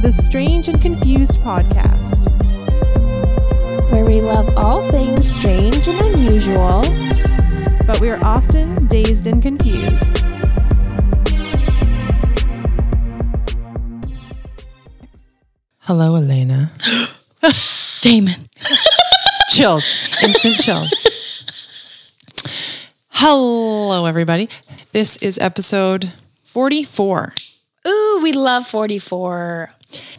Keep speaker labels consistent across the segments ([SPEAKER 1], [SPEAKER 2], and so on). [SPEAKER 1] the Strange and Confused podcast.
[SPEAKER 2] where we love all things strange and unusual.
[SPEAKER 1] But we are often dazed and confused.
[SPEAKER 3] Hello, Elena.
[SPEAKER 4] Damon.
[SPEAKER 3] chills, instant chills. Hello, everybody. This is episode 44.
[SPEAKER 4] Ooh, we love 44.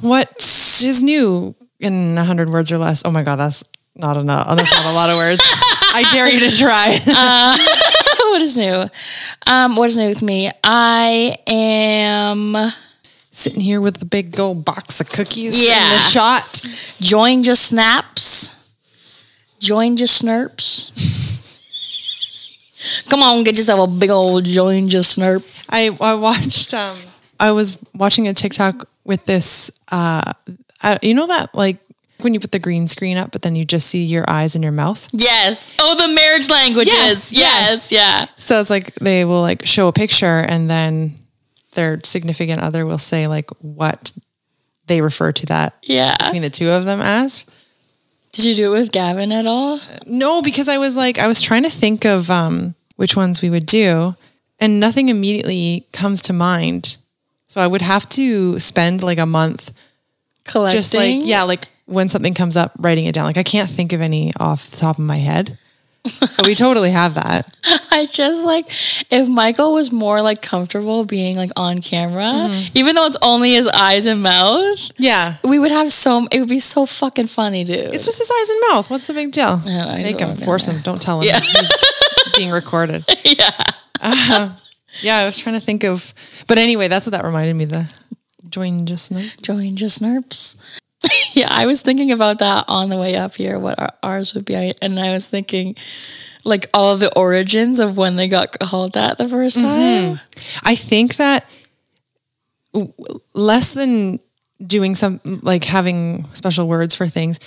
[SPEAKER 3] What is new in 100 words or less? Oh my God, that's not enough. That's not a lot of words. I dare you to try.
[SPEAKER 4] what is new? Um, what is new with me? I am
[SPEAKER 3] Sitting here with the big gold box of cookies yeah.
[SPEAKER 4] Yeah.
[SPEAKER 3] the shot.
[SPEAKER 4] join just snaps. Join just snurps. Come on, get yourself a big old join just snurp.
[SPEAKER 3] I, I watched, um, I was watching a TikTok with this, uh, I, you know that like when you put the green screen up, but then you just see your eyes and your mouth?
[SPEAKER 4] Yes. Oh, the marriage languages.
[SPEAKER 3] Yes,
[SPEAKER 4] Yes.
[SPEAKER 3] yes.
[SPEAKER 4] Yes. Yeah.
[SPEAKER 3] So it's like they will like show a picture and then their significant other will say like what they refer to that
[SPEAKER 4] Yeah.
[SPEAKER 3] between the two of them as.
[SPEAKER 4] Did you do it with Gavin at all?
[SPEAKER 3] No, because I was like I was trying to think of um which ones we would do and nothing immediately comes to mind. So I would have to spend like a month
[SPEAKER 4] Collecting.
[SPEAKER 3] just like yeah, like when something comes up writing it down. Like I can't think of any off the top of my head. But we totally have that.
[SPEAKER 4] I just like if Michael was more like comfortable being like on camera,
[SPEAKER 3] Mm-hmm.
[SPEAKER 4] even though it's only his eyes and mouth,
[SPEAKER 3] Yeah.
[SPEAKER 4] we would have so it would be so fucking funny, dude.
[SPEAKER 3] It's just his eyes and mouth. What's the big deal?
[SPEAKER 4] know. I
[SPEAKER 3] Make
[SPEAKER 4] just
[SPEAKER 3] him
[SPEAKER 4] want to
[SPEAKER 3] force him. Don't tell him. He's being recorded. Yeah. yeah, I was trying to think of, but anyway, that's what that reminded me. of, The join just now.
[SPEAKER 4] join just nerps. yeah, I was thinking about that on the way up here, what our, ours would be, I- and I was thinking like all of the origins of when they got called that the first
[SPEAKER 3] Mm-hmm.
[SPEAKER 4] time.
[SPEAKER 3] I think that w- less than doing some like having special words for things,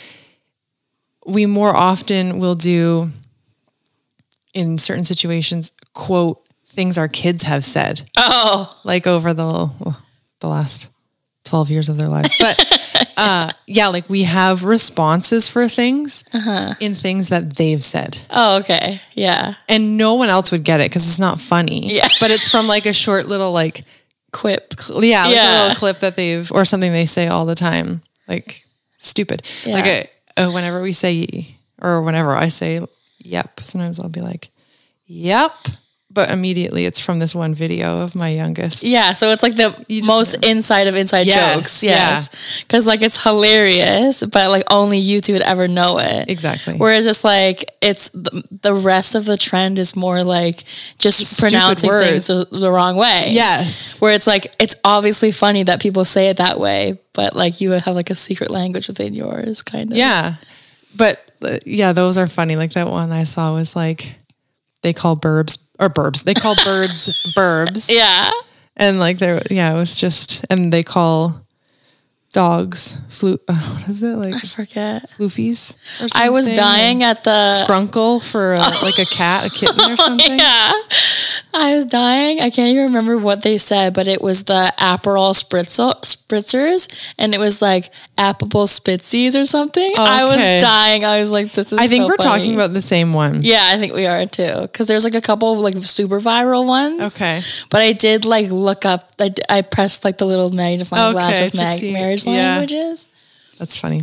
[SPEAKER 3] we more often will do in certain situations quote things our kids have said.
[SPEAKER 4] Oh,
[SPEAKER 3] like over the the last 12 years of their lives but uh yeah like we have responses for things
[SPEAKER 4] Uh-huh.
[SPEAKER 3] in things that they've said
[SPEAKER 4] oh, okay, yeah,
[SPEAKER 3] and no one else would get it because it's not funny
[SPEAKER 4] Yeah.
[SPEAKER 3] but it's from like a short little like
[SPEAKER 4] quip.
[SPEAKER 3] yeah, like a
[SPEAKER 4] Yeah.
[SPEAKER 3] little clip that they've or something they say all the time like stupid like
[SPEAKER 4] Yeah.
[SPEAKER 3] a, uh whenever we say or whenever i say yep sometimes i'll be like yep but immediately it's from this one video of my youngest
[SPEAKER 4] Yeah, so it's like the most inside of inside
[SPEAKER 3] Yes,
[SPEAKER 4] jokes.
[SPEAKER 3] yeah.
[SPEAKER 4] Yes. Because like it's hilarious, but like only you two would ever know it.
[SPEAKER 3] Exactly.
[SPEAKER 4] Whereas it's like, it's the, the rest of the trend is more like just
[SPEAKER 3] stupid
[SPEAKER 4] pronouncing
[SPEAKER 3] words.
[SPEAKER 4] things the, the wrong way.
[SPEAKER 3] yes
[SPEAKER 4] Where it's like, it's obviously funny that people say it that way, but like you have like a secret language within yours, kind of.
[SPEAKER 3] Yeah. But uh, yeah, those are funny. Like that one I saw was like they call burbs or burbs. They call birds burbs.
[SPEAKER 4] Yeah.
[SPEAKER 3] And like there yeah, it was just and they call dogs flu uh, what is it? Like
[SPEAKER 4] Forget.
[SPEAKER 3] floofies or something.
[SPEAKER 4] I was dying at the.
[SPEAKER 3] Scrunkle for a, like a cat, a kitten or something.
[SPEAKER 4] Yeah. I was dying. I can't even remember what they said, but it was the Aperol spritzel, spritzers, and it was like Appable Spitzies or something. I
[SPEAKER 3] Okay.
[SPEAKER 4] was dying. I was like, this is
[SPEAKER 3] I think
[SPEAKER 4] so
[SPEAKER 3] we're
[SPEAKER 4] funny.
[SPEAKER 3] talking about the same one.
[SPEAKER 4] Yeah, I think we are too. Because there's like a couple of like super viral ones.
[SPEAKER 3] Okay.
[SPEAKER 4] But I did like look up, I, d- I pressed like the little magnifying glass
[SPEAKER 3] Okay,
[SPEAKER 4] with
[SPEAKER 3] to
[SPEAKER 4] mag-
[SPEAKER 3] see-
[SPEAKER 4] marriage
[SPEAKER 3] yeah.
[SPEAKER 4] languages.
[SPEAKER 3] That's funny.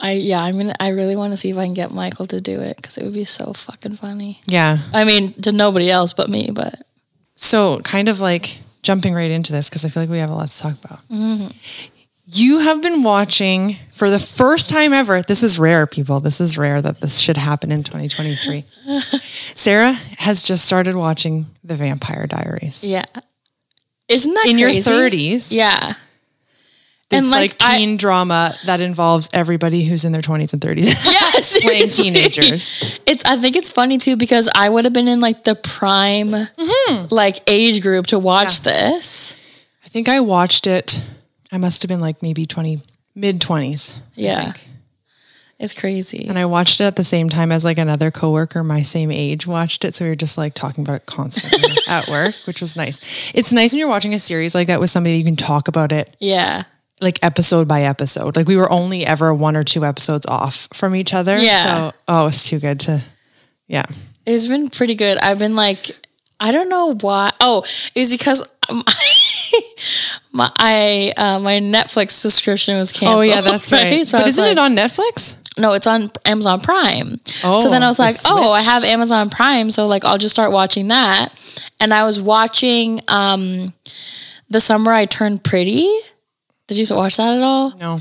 [SPEAKER 4] I, yeah, I'm gonna, I really want to see if I can get Michael to do it because it would be so fucking funny.
[SPEAKER 3] Yeah.
[SPEAKER 4] I mean, to nobody else but me, but.
[SPEAKER 3] So, kind of like jumping right into this because I feel like we have a lot to talk about.
[SPEAKER 4] Mm-hmm.
[SPEAKER 3] You have been watching for the first time ever. This is rare, people. This is rare that this should happen in 2023. Sarah has just started watching The Vampire Diaries.
[SPEAKER 4] Yeah. Isn't that
[SPEAKER 3] In your
[SPEAKER 4] crazy?
[SPEAKER 3] 30s.
[SPEAKER 4] Yeah.
[SPEAKER 3] This
[SPEAKER 4] And,
[SPEAKER 3] like,
[SPEAKER 4] like, I-
[SPEAKER 3] teen drama that involves everybody who's in their 20s and 30s
[SPEAKER 4] Yes.
[SPEAKER 3] playing teenagers.
[SPEAKER 4] It's I think it's funny too because I would have been in like the prime
[SPEAKER 3] Mm-hmm.
[SPEAKER 4] like age group to watch this.
[SPEAKER 3] I think I watched it. I must have been like maybe 20, mid 20s.
[SPEAKER 4] Yeah. It's crazy.
[SPEAKER 3] And I watched it at the same time as like another coworker my same age watched it. So we were just like talking about it constantly at work, which was nice. It's nice when you're watching a series like that with somebody you can talk about it
[SPEAKER 4] Yeah.
[SPEAKER 3] like episode by episode. Like we were only ever one or two episodes off from each other.
[SPEAKER 4] Yeah.
[SPEAKER 3] So oh, it's too good to yeah.
[SPEAKER 4] It's been pretty good. I've been like, I don't know why. Oh, it's because um, my I uh, my Netflix subscription was
[SPEAKER 3] Oh
[SPEAKER 4] canceled.
[SPEAKER 3] yeah, that's right.
[SPEAKER 4] So
[SPEAKER 3] but
[SPEAKER 4] I was
[SPEAKER 3] isn't
[SPEAKER 4] like,
[SPEAKER 3] it on Netflix?
[SPEAKER 4] No, it's on Amazon Prime.
[SPEAKER 3] Oh,
[SPEAKER 4] so then I was
[SPEAKER 3] they
[SPEAKER 4] like, oh, I
[SPEAKER 3] switched.
[SPEAKER 4] have Amazon Prime, so like I'll just start watching that. And I was watching um, the summer I turned pretty. Did you watch that at all?
[SPEAKER 3] No.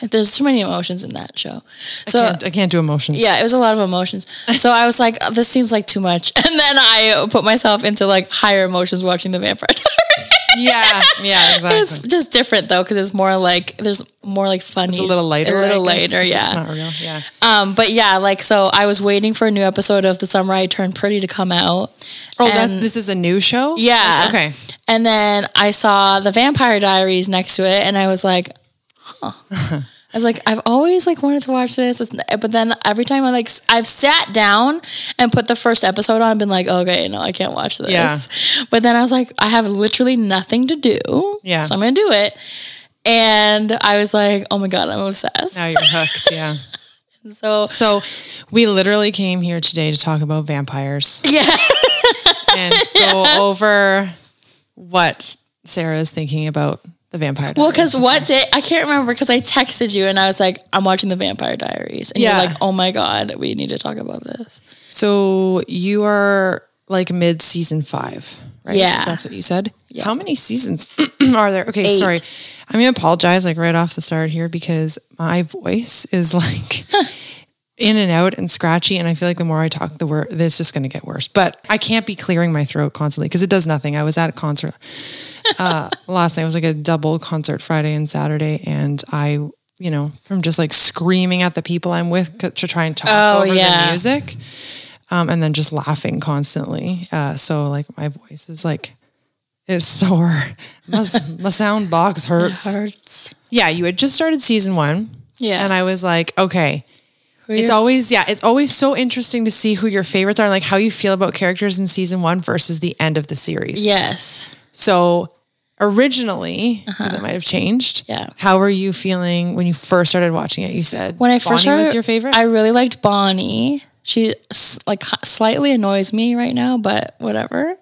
[SPEAKER 4] There's so many emotions in that show. So
[SPEAKER 3] Can't- I can't do emotions.
[SPEAKER 4] Uh, yeah, it was a lot of emotions. So I was like, oh, this seems like too much. And then I put myself into like higher emotions watching The Vampire Diaries.
[SPEAKER 3] Yeah. Yeah, exactly.
[SPEAKER 4] It's just different though, because it's more like there's more like funny.
[SPEAKER 3] it's a little lighter.
[SPEAKER 4] A
[SPEAKER 3] I
[SPEAKER 4] little
[SPEAKER 3] guess,
[SPEAKER 4] later,
[SPEAKER 3] 'cause
[SPEAKER 4] yeah.
[SPEAKER 3] It's not real. Yeah.
[SPEAKER 4] Um, but yeah, like so, I was waiting for a new episode of The Summer I Turned Pretty to come out.
[SPEAKER 3] Oh, that,
[SPEAKER 4] and-
[SPEAKER 3] this is a new show?
[SPEAKER 4] Yeah.
[SPEAKER 3] Like, okay.
[SPEAKER 4] And then I saw The Vampire Diaries next to it, and I was like, huh. I was like, I've always like wanted to watch this, It's- but then every time I like, s- I've sat down and put the first episode on, and been like, okay, no, I can't watch this. But then I was like, I have literally nothing to do,
[SPEAKER 3] Yeah.
[SPEAKER 4] so I'm gonna do it. And I was like, oh my god, I'm obsessed.
[SPEAKER 3] Now you're hooked. Yeah.
[SPEAKER 4] so
[SPEAKER 3] So we literally came here today to talk about vampires
[SPEAKER 4] yeah.
[SPEAKER 3] and go over what Sarah's thinking about the vampire.
[SPEAKER 4] Well,
[SPEAKER 3] Diaries.
[SPEAKER 4] because what day I can't remember because I texted you and I was like, I'm watching the Vampire Diaries, and
[SPEAKER 3] Yeah.
[SPEAKER 4] you're like, Oh my god, we need to talk about this.
[SPEAKER 3] so you are like mid season five, right?
[SPEAKER 4] Yeah.
[SPEAKER 3] That's what you said. How many seasons are there? Okay, sorry. I'm gonna apologize like right off the start here because my voice is like in and out and scratchy, and I feel like the more I talk, the worse. This is just gonna get worse. But I can't be clearing my throat constantly because it does nothing. I was at a concert uh, last night. It was like a double concert Friday and Saturday, and I, you know, from just like screaming at the people I'm with c- to try and talk
[SPEAKER 4] Oh,
[SPEAKER 3] over the
[SPEAKER 4] yeah.
[SPEAKER 3] music, um, and then just laughing constantly. Uh, so like my voice is like. It's sore. My, s- my sound box hurts.
[SPEAKER 4] Hurts.
[SPEAKER 3] Yeah, you had just started season one.
[SPEAKER 4] Yeah.
[SPEAKER 3] And I was like, okay.
[SPEAKER 4] Who
[SPEAKER 3] It's
[SPEAKER 4] your-
[SPEAKER 3] always, yeah, it's always so interesting to see who your favorites are and like how you feel about characters in season one versus the end of the series.
[SPEAKER 4] yes.
[SPEAKER 3] So originally, because it might have changed.
[SPEAKER 4] Uh-huh. Yeah.
[SPEAKER 3] How were you feeling when you first started watching it? You said
[SPEAKER 4] When I first
[SPEAKER 3] Bonnie
[SPEAKER 4] started,
[SPEAKER 3] was your favorite?
[SPEAKER 4] I really liked Bonnie. She s- like h- slightly annoys me right now, but whatever.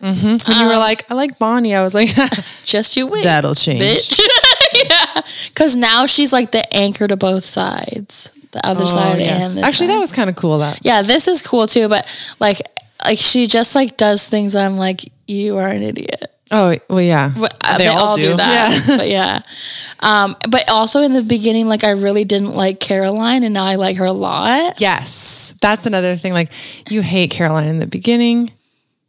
[SPEAKER 3] when you were like, I like Bonnie, I was like,
[SPEAKER 4] Just you wait,
[SPEAKER 3] that'll change.
[SPEAKER 4] um, bitch. yeah, because now she's like the anchor to both sides, the other
[SPEAKER 3] Oh,
[SPEAKER 4] side
[SPEAKER 3] yes.
[SPEAKER 4] and this
[SPEAKER 3] Actually,
[SPEAKER 4] side.
[SPEAKER 3] that was kind of cool. That
[SPEAKER 4] yeah, this is cool too, but like like she just like does things I'm like you are an idiot.
[SPEAKER 3] oh well, yeah,
[SPEAKER 4] But, uh, they, all, do. that. But yeah. Um but also in the beginning like I really didn't like Caroline and now I like her a lot.
[SPEAKER 3] Yes, that's another thing. Like you hate Caroline in the beginning.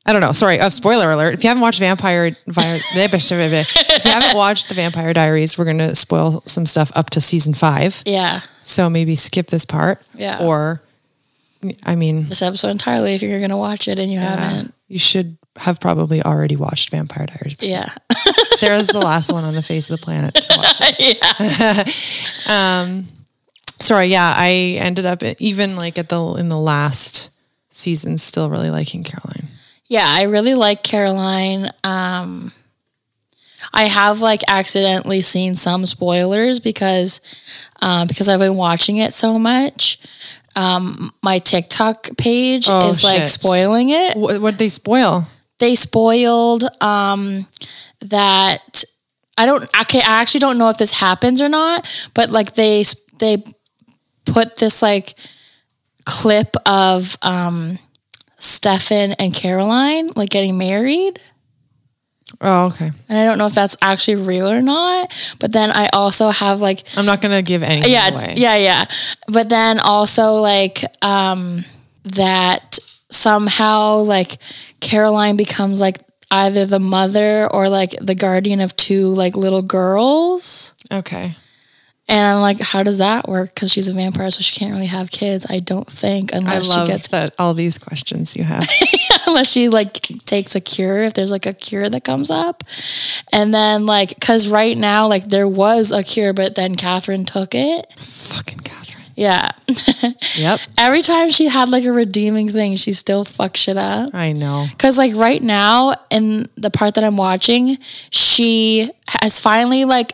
[SPEAKER 3] I don't know. Sorry. Uh, spoiler alert. If you haven't watched Vampire, Vi- if you haven't watched the Vampire Diaries, we're gonna spoil some stuff up to season five.
[SPEAKER 4] Yeah.
[SPEAKER 3] So maybe skip this part.
[SPEAKER 4] Yeah.
[SPEAKER 3] Or, I mean,
[SPEAKER 4] This episode entirely if you're going to watch it and you haven't.
[SPEAKER 3] you should have probably already watched Vampire Diaries.
[SPEAKER 4] Yeah.
[SPEAKER 3] Sarah's the last one on the face of the planet to watch it. um, sorry, yeah, I ended up even like at the in the last season still really liking Caroline.
[SPEAKER 4] Yeah, I really like Caroline. Um I have like accidentally seen some spoilers because um because I've been watching it so much. Um my TikTok page
[SPEAKER 3] Oh,
[SPEAKER 4] is like
[SPEAKER 3] shit.
[SPEAKER 4] spoiling it.
[SPEAKER 3] What would they spoil?
[SPEAKER 4] they spoiled um that I don't I, can, I actually don't know if this happens or not, but like they s- they put this like clip of um Stefan and Caroline like getting married.
[SPEAKER 3] Oh, okay.
[SPEAKER 4] And I don't know if that's actually real or not, but then I also have like
[SPEAKER 3] I'm not gonna give anything
[SPEAKER 4] yeah,
[SPEAKER 3] away.
[SPEAKER 4] yeah, yeah. But then also like um that somehow like Caroline becomes like either the mother or like the guardian of two like little girls.
[SPEAKER 3] Okay.
[SPEAKER 4] And I'm like, how does that work? Because she's a vampire, so she can't really have kids. I don't think
[SPEAKER 3] I
[SPEAKER 4] unless
[SPEAKER 3] love
[SPEAKER 4] she gets
[SPEAKER 3] that all these questions you have.
[SPEAKER 4] unless she like takes a cure if there's like a cure that comes up. And then like, because right now like there was a cure, but then Catherine took it.
[SPEAKER 3] Fucking Catherine.
[SPEAKER 4] Yeah.
[SPEAKER 3] Yep.
[SPEAKER 4] Every time she had like a redeeming thing, she still fucked shit up.
[SPEAKER 3] I know.
[SPEAKER 4] Cause like right now in the part that I'm watching, she has finally like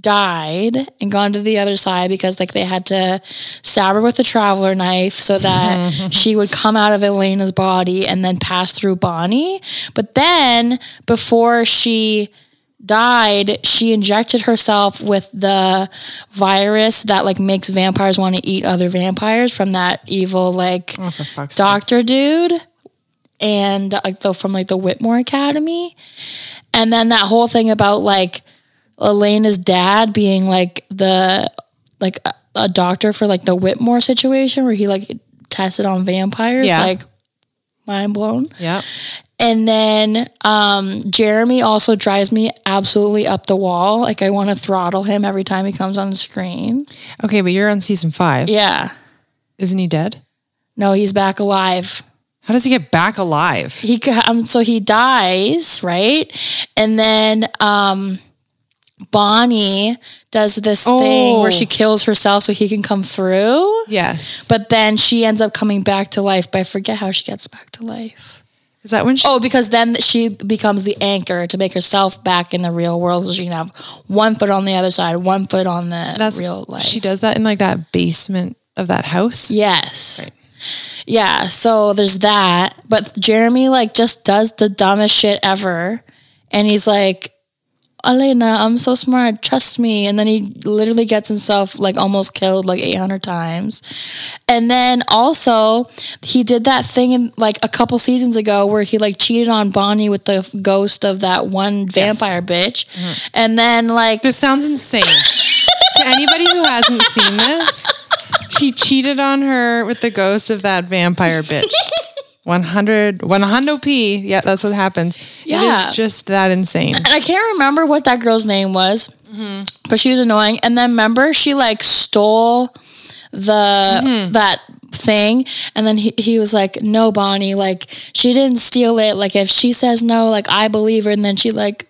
[SPEAKER 4] died and gone to the other side because like they had to stab her with a traveler knife so that she would come out of Elena's body and then pass through Bonnie. But then before she died, she injected herself with the virus that like makes vampires want to eat other vampires from that evil like
[SPEAKER 3] Oh, for fuck's sake.
[SPEAKER 4] doctor dude and like the from like the Whitmore Academy. And then that whole thing about like Elena's dad being like the like a, a doctor for like the Whitmore situation where he like tested on vampires
[SPEAKER 3] Yeah.
[SPEAKER 4] like mind blown.
[SPEAKER 3] Yep.
[SPEAKER 4] And then um, Jeremy also drives me absolutely up the wall. Like I want to throttle him every time he comes on the screen.
[SPEAKER 3] Okay, but you're on season five.
[SPEAKER 4] Yeah.
[SPEAKER 3] Isn't he dead?
[SPEAKER 4] No, he's back alive.
[SPEAKER 3] How does he get back alive?
[SPEAKER 4] he co- um, so he dies right and then um bonnie does this thing
[SPEAKER 3] Oh.
[SPEAKER 4] where she kills herself so he can come through
[SPEAKER 3] Yes.
[SPEAKER 4] but then she ends up coming back to life but i forget how she gets back to life
[SPEAKER 3] Is that when she?
[SPEAKER 4] oh because then she becomes the anchor to make herself back in the real world so she can have one foot on the other side one foot on the
[SPEAKER 3] that's
[SPEAKER 4] real life
[SPEAKER 3] She does that in like that basement of that house.
[SPEAKER 4] Yes. Yeah, so there's that. But Jeremy like just does the dumbest shit ever. And he's like, Elena, I'm so smart, trust me. And then he literally gets himself like almost killed like 800 times. And then also, he did that thing in like a couple seasons ago where he like cheated on Bonnie with the ghost of that one vampire bitch. And then like
[SPEAKER 3] This sounds insane. to anybody who hasn't seen this, she cheated on her with the ghost of that vampire bitch. 100 100 P. Yeah, that's what happens. It
[SPEAKER 4] Yeah.
[SPEAKER 3] is just that insane.
[SPEAKER 4] and I can't remember what that girl's name was, but she was annoying. And then remember, she like stole the that thing, and then he, he was like, "No, Bonnie, like she didn't steal it. Like if she says no, like I believe her." And then she like.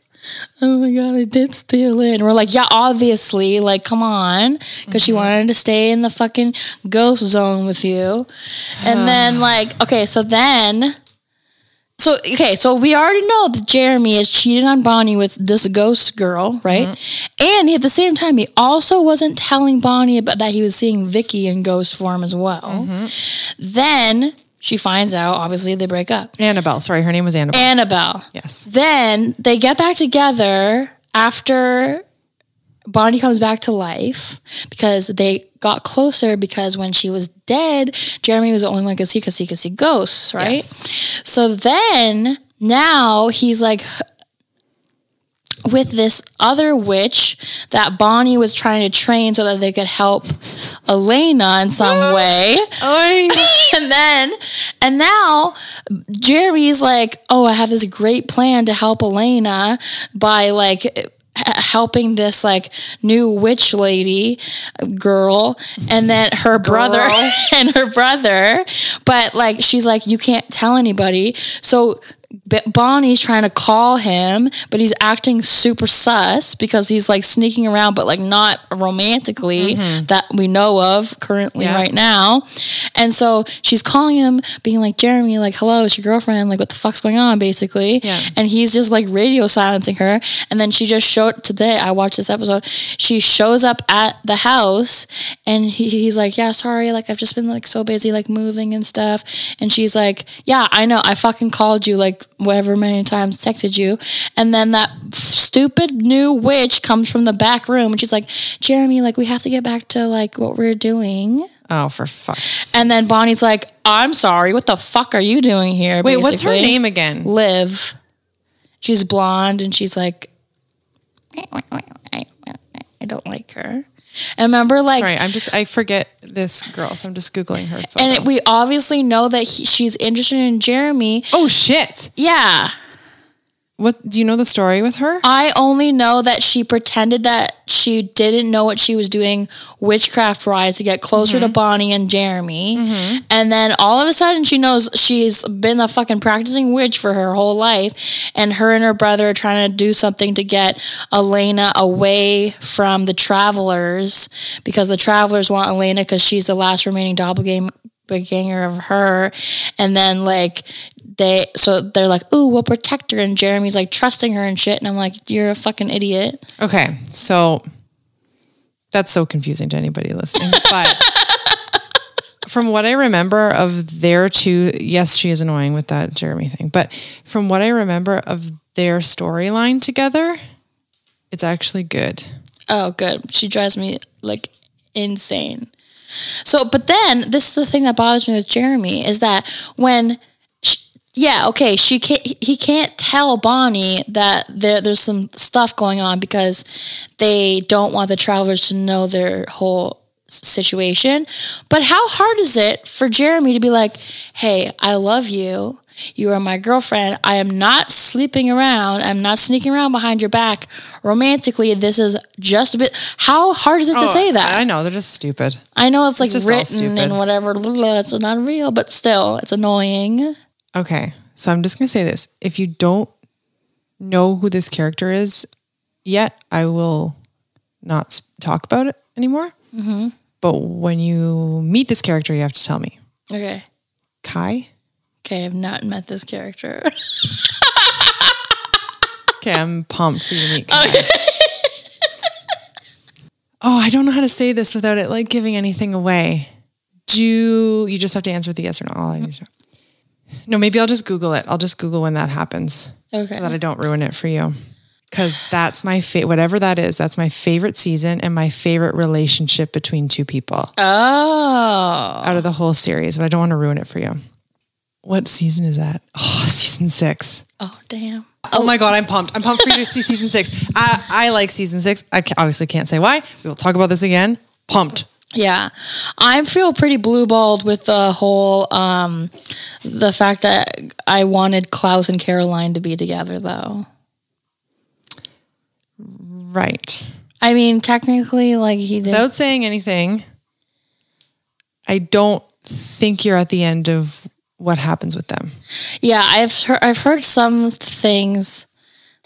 [SPEAKER 4] Oh my god, I did steal it. And we're like, yeah, obviously. Like, come on. Because she wanted to stay in the fucking ghost zone with you. And then, like, okay, so then so okay, so we already know that Jeremy has cheated on Bonnie with this ghost girl, right? And at the same time, he also wasn't telling Bonnie about that he was seeing Vicky in ghost form as well. Then she finds out. Obviously, they break up.
[SPEAKER 3] Annabelle, sorry, her name was Annabelle.
[SPEAKER 4] Annabelle.
[SPEAKER 3] yes.
[SPEAKER 4] Then they get back together after Bonnie comes back to life because they got closer because when she was dead, Jeremy was the only one who could see because he could see ghosts, right? So then now he's like with this other witch that Bonnie was trying to train so that they could help Elena in some way
[SPEAKER 3] Oy.
[SPEAKER 4] and then and now Jeremy's like, "Oh, I have this great plan to help Elena by like h- helping this like new witch lady girl and then her brother and her brother but like she's like you can't tell anybody so B- Bonnie's trying to call him, but he's acting super sus because he's like sneaking around, but like not romantically that we know of currently
[SPEAKER 3] Mm-hmm. Yeah.
[SPEAKER 4] right now. And so she's calling him, being like, Jeremy, like, hello, it's your girlfriend. Like, what the fuck's going on, basically?
[SPEAKER 3] Yeah.
[SPEAKER 4] And he's just like radio silencing her. And then she just showed today, I watched this episode. She shows up at the house and he, he's like, yeah, sorry. Like, I've just been like so busy, like moving and stuff. And she's like, yeah, I know. I fucking called you like whatever many times, texted you. And then that stupid new witch comes from the back room and she's like, Jeremy, like, we have to get back to like what we're doing.
[SPEAKER 3] Oh, for fuck's
[SPEAKER 4] And then Bonnie's like, I'm sorry, what the fuck are you doing here?
[SPEAKER 3] Wait, what's her
[SPEAKER 4] basically.
[SPEAKER 3] name again?
[SPEAKER 4] Liv. She's blonde and she's like, I don't like her. And remember, like,
[SPEAKER 3] Sorry, I'm just I forget this girl, so I'm just googling her photo.
[SPEAKER 4] and it, we obviously know that he, she's interested in Jeremy.
[SPEAKER 3] oh shit.
[SPEAKER 4] Yeah.
[SPEAKER 3] Oh, What do you know the story with her?
[SPEAKER 4] I only know that she pretended that she didn't know what she was doing witchcraft wise to get closer to Bonnie and Jeremy. And then all of a sudden she knows she's been a fucking practicing witch for her whole life. And her and her brother are trying to do something to get Elena away from the travelers because the travelers want Elena because she's the last remaining doppelganger of her. And then like they so they're like, "Ooh, we'll protect her," and Jeremy's like trusting her and shit, and I'm like, "You're a fucking idiot."
[SPEAKER 3] Okay, so that's so confusing to anybody listening. But from what I remember of their two, yes, she is annoying with that Jeremy thing. But from what I remember of their storyline together, it's actually good.
[SPEAKER 4] Oh, good. She drives me like insane. So, but then this is the thing that bothers me with Jeremy is that when, sh yeah, okay, she can't, he can't tell Bonnie that there there's some stuff going on because they don't want the travelers to know their whole s- situation. But how hard is it for Jeremy to be like, "Hey, I love you." You are my girlfriend. I am not sleeping around. I'm not sneaking around behind your back romantically. This is just a bit. How hard is it to say that?
[SPEAKER 3] I know they're just stupid.
[SPEAKER 4] I know it's like
[SPEAKER 3] just all
[SPEAKER 4] written
[SPEAKER 3] stupid.
[SPEAKER 4] and whatever. blah, blah, blah, It's not real, but still, it's annoying.
[SPEAKER 3] Okay, so I'm just gonna say this: if you don't know who this character is yet, I will not s- talk about it anymore. But when you meet this character, you have to tell me.
[SPEAKER 4] Okay.
[SPEAKER 3] Kai.
[SPEAKER 4] Okay, I've not met this character.
[SPEAKER 3] Okay, I'm pumped for you to meet Kai. oh, I don't know how to say this without it like giving anything away. Do you just have to answer with a yes or no? All I need to- No, maybe I'll just Google it. I'll just Google when that happens.
[SPEAKER 4] Okay.
[SPEAKER 3] So that I don't ruin it for you. Because that's my favorite, whatever that is, that's my favorite season and my favorite relationship between two people
[SPEAKER 4] oh.
[SPEAKER 3] out of the whole series, but I don't want to ruin it for you. What season is that? Oh, season six.
[SPEAKER 4] Oh, damn.
[SPEAKER 3] Oh my god, I'm pumped! I'm pumped for you to see season six. I, I like season six. I ca- obviously can't say why. We will talk about this again. Pumped.
[SPEAKER 4] Yeah. I feel pretty blue balled with the whole, um, the fact that I wanted Klaus and Caroline to be together, though.
[SPEAKER 3] Right.
[SPEAKER 4] I mean, technically, like, he did.
[SPEAKER 3] Without saying anything, I don't think you're at the end of what happens with them.
[SPEAKER 4] yeah, I've, heard I've heard some things,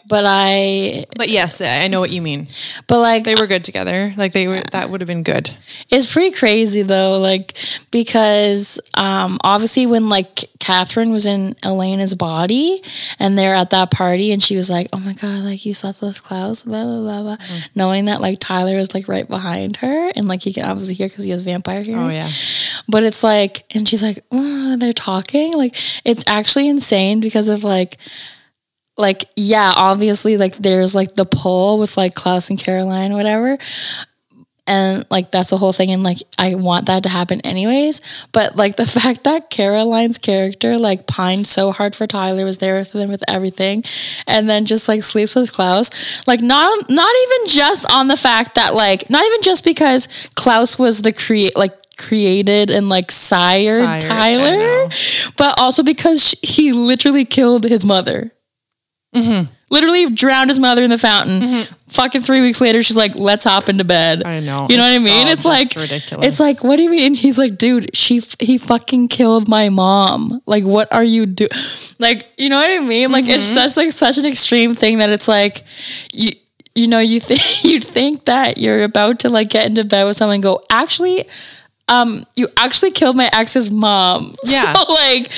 [SPEAKER 4] but I,
[SPEAKER 3] But yes, I know what you mean.
[SPEAKER 4] but like,
[SPEAKER 3] They were good together. Like they were. That would have been good.
[SPEAKER 4] It's pretty crazy though, like because um, obviously when like Catherine was in Elena's body and they're at that party and she was like, "Oh my god, like you slept with Klaus," blah blah blah, blah.
[SPEAKER 3] Mm-hmm.
[SPEAKER 4] knowing that like Tyler is like right behind her and like he can obviously hear because he has vampire hearing.
[SPEAKER 3] Oh yeah.
[SPEAKER 4] But it's like, and she's like, oh, they're talking. Like, it's actually insane because of like, like yeah, obviously, like there's like the pull with like Klaus and Caroline, whatever, and like that's the whole thing. And like, I want that to happen anyways. But like the fact that Caroline's character like pined so hard for Tyler, was there for them with everything, and then just like sleeps with Klaus. Like, not not even just on the fact that like, not even just because Klaus was the create like created and like sired,
[SPEAKER 3] Sired, I
[SPEAKER 4] Tyler,
[SPEAKER 3] know.
[SPEAKER 4] but also because sh he literally killed his mother. Literally drowned his mother in the fountain. Fucking three weeks later, she's like, "Let's hop into bed."
[SPEAKER 3] Mm-hmm. I know.
[SPEAKER 4] You know
[SPEAKER 3] It's
[SPEAKER 4] what I mean?
[SPEAKER 3] so
[SPEAKER 4] It's like
[SPEAKER 3] just ridiculous.
[SPEAKER 4] It's like, what do you mean? And he's like, "Dude, she f- he fucking killed my mom. Like, what are you do? Like, you know what I mean? Like, it's
[SPEAKER 3] Mm-hmm.
[SPEAKER 4] such like such an extreme thing that it's like, you you know, you think you think that you're about to like get into bed with someone, and go actually. Um, you actually killed my ex's mom.
[SPEAKER 3] Yeah.
[SPEAKER 4] So like,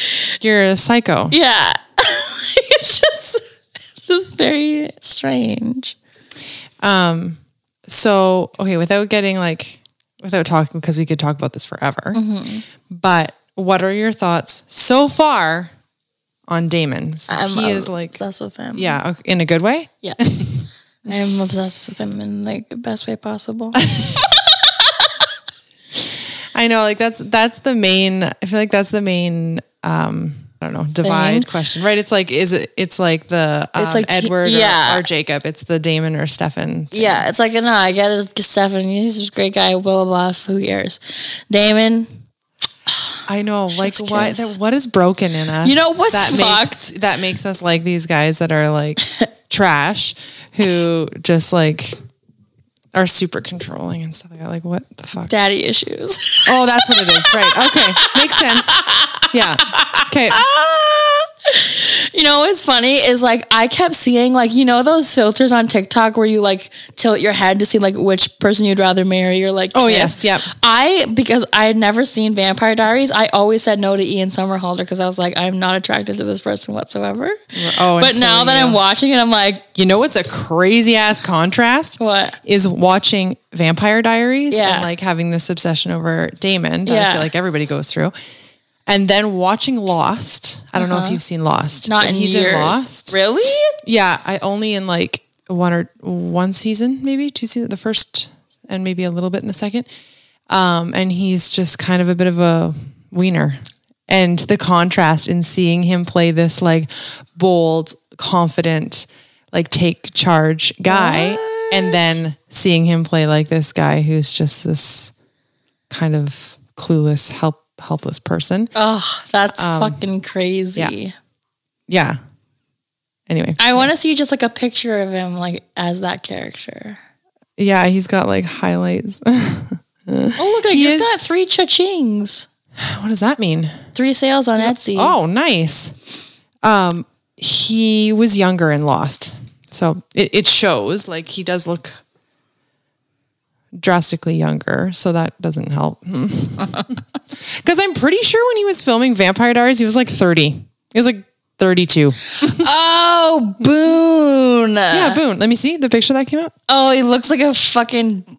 [SPEAKER 3] You're a psycho.
[SPEAKER 4] yeah. it's just it's just very strange.
[SPEAKER 3] Um, so okay without getting like without talking because we could talk about this forever
[SPEAKER 4] Mm-hmm.
[SPEAKER 3] but what are your thoughts so far on damon since he is like
[SPEAKER 4] obsessed with him.
[SPEAKER 3] yeah okay, in a good way
[SPEAKER 4] Yeah. I'm obsessed with him in like the best way possible.
[SPEAKER 3] i know like that's that's the main i feel like that's the main um I don't know divide
[SPEAKER 4] Thing.
[SPEAKER 3] question, right? It's like is it? It's like the um,
[SPEAKER 4] It's like t-
[SPEAKER 3] Edward or-
[SPEAKER 4] yeah.
[SPEAKER 3] or, Jacob. It's the Damon or Stefan.
[SPEAKER 4] yeah, it's like no, I get it, Stefan. He's a great guy. Blah blah blah. Who cares? Damon.
[SPEAKER 3] I know, like
[SPEAKER 4] Chef's
[SPEAKER 3] what?
[SPEAKER 4] kiss.
[SPEAKER 3] What is broken in us?
[SPEAKER 4] You know what's
[SPEAKER 3] that makes
[SPEAKER 4] fucked?
[SPEAKER 3] that makes us like these guys that are like trash, who just like are super controlling and stuff like that. Like what the fuck?
[SPEAKER 4] Daddy issues.
[SPEAKER 3] Oh, that's what it is. Right? Okay, makes sense. Yeah. Okay.
[SPEAKER 4] you know what's funny is like I kept seeing like you know those filters on TikTok where you like tilt your head to see like which person you'd rather marry or like
[SPEAKER 3] Oh yes.
[SPEAKER 4] kiss.
[SPEAKER 3] Yep.
[SPEAKER 4] I because I had never seen Vampire Diaries, I always said no to Ian Somerhalder because I was like, I'm not attracted to this person whatsoever.
[SPEAKER 3] Oh,
[SPEAKER 4] but
[SPEAKER 3] until
[SPEAKER 4] now that
[SPEAKER 3] you-
[SPEAKER 4] I'm watching it, I'm like,
[SPEAKER 3] You know what's a crazy ass contrast?
[SPEAKER 4] What?
[SPEAKER 3] Is watching Vampire Diaries
[SPEAKER 4] Yeah.
[SPEAKER 3] and like having this obsession over Damon that I
[SPEAKER 4] Yeah.
[SPEAKER 3] feel like everybody goes through. And then watching Lost. I don't know if you've seen Lost.
[SPEAKER 4] Uh-huh. not
[SPEAKER 3] but
[SPEAKER 4] in
[SPEAKER 3] he's
[SPEAKER 4] years.
[SPEAKER 3] in Lost.
[SPEAKER 4] Really?
[SPEAKER 3] Yeah, I only in like one or one season, maybe two seasons, the first and maybe a little bit in the second. Um, and he's just kind of a bit of a wiener. And the contrast in seeing him play this like bold, confident, like take charge guy, and then seeing him play like this guy who's just this kind of clueless, help helpless person.
[SPEAKER 4] Oh, that's
[SPEAKER 3] Um,
[SPEAKER 4] fucking crazy.
[SPEAKER 3] Yeah. Anyway.
[SPEAKER 4] I want to see just like a picture of him like as that character.
[SPEAKER 3] Yeah, he's got like highlights.
[SPEAKER 4] Oh look, I just
[SPEAKER 3] is-
[SPEAKER 4] got three cha-chings.
[SPEAKER 3] What does that mean?
[SPEAKER 4] Three sales on Etsy.
[SPEAKER 3] Oh, nice. Um, he was younger and lost, so it, it shows. Like he does look drastically younger, so that doesn't help. Because I'm pretty sure when he was filming Vampire Diaries, he was like 30. He was like 32.
[SPEAKER 4] Oh, Boone.
[SPEAKER 3] yeah, Boone. Let me see the picture that came up.
[SPEAKER 4] Oh, he looks like a fucking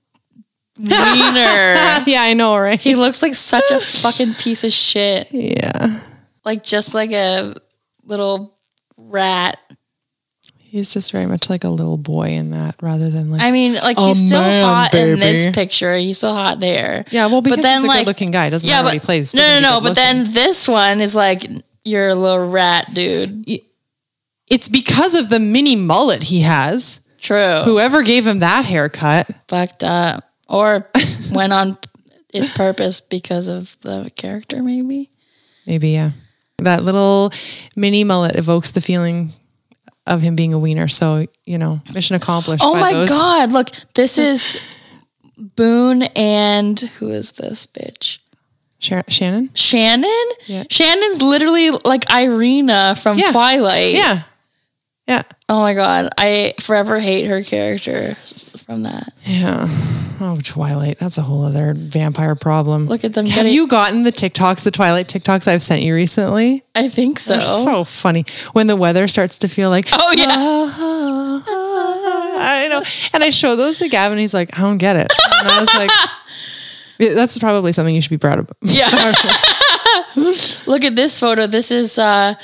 [SPEAKER 4] wiener.
[SPEAKER 3] yeah, I know, right?
[SPEAKER 4] he looks like such a fucking piece of shit.
[SPEAKER 3] yeah,
[SPEAKER 4] like just like a little rat.
[SPEAKER 3] he's just very much like a little boy in that, rather than like.
[SPEAKER 4] I mean, like
[SPEAKER 3] A
[SPEAKER 4] he's still
[SPEAKER 3] Oh, man,
[SPEAKER 4] hot in this
[SPEAKER 3] baby.
[SPEAKER 4] picture. He's still hot there.
[SPEAKER 3] yeah, well, because he's a good-looking guy. Doesn't matter what he plays. he's
[SPEAKER 4] No,
[SPEAKER 3] still gonna be
[SPEAKER 4] no, no. But
[SPEAKER 3] good-looking.
[SPEAKER 4] then this one is like you're a little rat, dude.
[SPEAKER 3] It's because of the mini mullet he has.
[SPEAKER 4] True.
[SPEAKER 3] Whoever gave him that haircut.
[SPEAKER 4] Fucked up, or went on his purpose because of the character, maybe.
[SPEAKER 3] Maybe, yeah. That little mini mullet evokes the feeling of him being a wiener. So, you know, mission accomplished.
[SPEAKER 4] Oh
[SPEAKER 3] by
[SPEAKER 4] my
[SPEAKER 3] those.
[SPEAKER 4] god! Look, this is Boone and who is this bitch?
[SPEAKER 3] Sha- Shannon?
[SPEAKER 4] Shannon?
[SPEAKER 3] Yeah.
[SPEAKER 4] Shannon's literally like Irina from
[SPEAKER 3] Yeah.
[SPEAKER 4] Twilight.
[SPEAKER 3] Yeah. Yeah.
[SPEAKER 4] Oh my god. I forever hate her character s- from that.
[SPEAKER 3] Yeah. Oh, Twilight. That's a whole other vampire problem.
[SPEAKER 4] Look at them
[SPEAKER 3] Have
[SPEAKER 4] getting-
[SPEAKER 3] you gotten the TikToks, the Twilight TikToks I've sent you recently?
[SPEAKER 4] I think so.
[SPEAKER 3] They're so funny. When the weather starts to feel like, "Ah,
[SPEAKER 4] oh yeah.
[SPEAKER 3] I know. And I show those to Gavin. He's like, I don't get it. And I was like, "Yeah, that's probably something you should be proud of.
[SPEAKER 4] yeah. Look at this photo. This is uh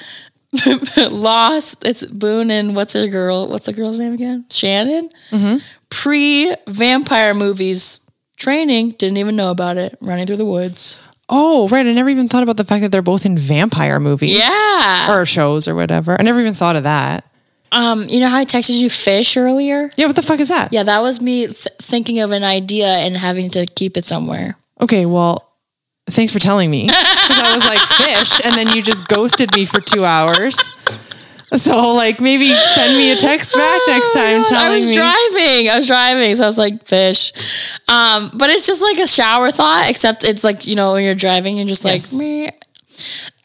[SPEAKER 4] Lost. It's Boone and what's her girl? What's the girl's name again? Shannon?
[SPEAKER 3] Mm-hmm.
[SPEAKER 4] Pre vampire movies. Training. Didn't even know about it. Running through the woods.
[SPEAKER 3] Oh, right. I never even thought about the fact that they're both in vampire movies.
[SPEAKER 4] Yeah.
[SPEAKER 3] Or shows or whatever. I never even thought of that.
[SPEAKER 4] Um, you know how I texted you fish earlier?
[SPEAKER 3] Yeah, what the fuck is that?
[SPEAKER 4] Yeah, that was me th- thinking of an idea and having to keep it somewhere.
[SPEAKER 3] Okay, well, thanks for telling me. Because I was like, fish. And then you just ghosted me for two hours. So, like, maybe send me a text back next time telling
[SPEAKER 4] Oh I was
[SPEAKER 3] me.
[SPEAKER 4] driving. I was driving, so I was like fish. Um, but it's just like a shower thought, except it's like you know when you're driving and just like.
[SPEAKER 3] Yes.
[SPEAKER 4] meh.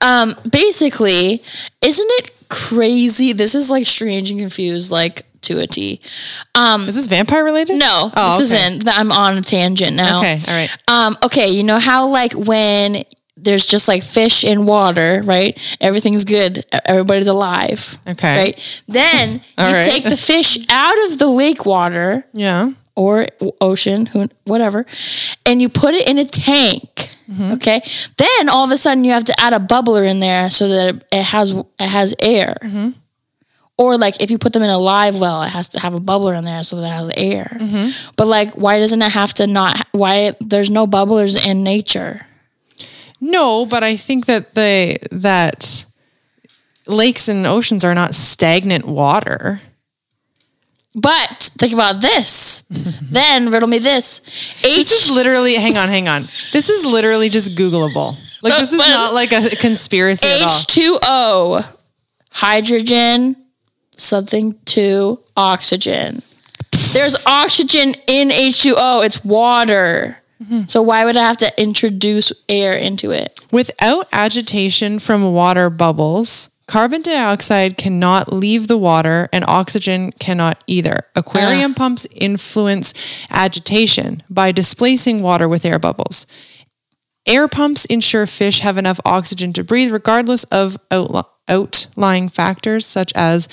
[SPEAKER 4] Um, basically, isn't it crazy? This is like strange and confused, like to a T. Um,
[SPEAKER 3] Is this vampire related?
[SPEAKER 4] No,
[SPEAKER 3] Oh,
[SPEAKER 4] this
[SPEAKER 3] okay.
[SPEAKER 4] isn't. I'm on a tangent now.
[SPEAKER 3] Okay, all right.
[SPEAKER 4] Um, okay, you know how like when there's just like fish and water, right? Everything's good. E, Everybody's alive.
[SPEAKER 3] Okay.
[SPEAKER 4] Right? Then you
[SPEAKER 3] right.
[SPEAKER 4] take the fish out of the lake water
[SPEAKER 3] Yeah.
[SPEAKER 4] or ocean, who whatever, and you put it in a tank. Okay. Then all of a sudden you have to add a bubbler in there so that it has it has air. Or like if you put them in a live well, it has to have a bubbler in there so that it has air. But like, why doesn't it have to not? Why there's no bubblers in nature?
[SPEAKER 3] No, but I think that they that lakes and oceans are not stagnant water.
[SPEAKER 4] But think about this. then riddle me this. H
[SPEAKER 3] This is literally hang on, hang on. This is literally just Googleable. Like this is not like a conspiracy at all.
[SPEAKER 4] H2O, hydrogen, something to oxygen. There's oxygen in H2O, it's water. So why would I have to introduce air into it?
[SPEAKER 3] Without agitation from water bubbles, carbon dioxide cannot leave the water and oxygen cannot either. Aquarium pumps influence agitation by displacing water with air bubbles. Air pumps ensure fish have enough oxygen to breathe regardless of outli- outlying factors such as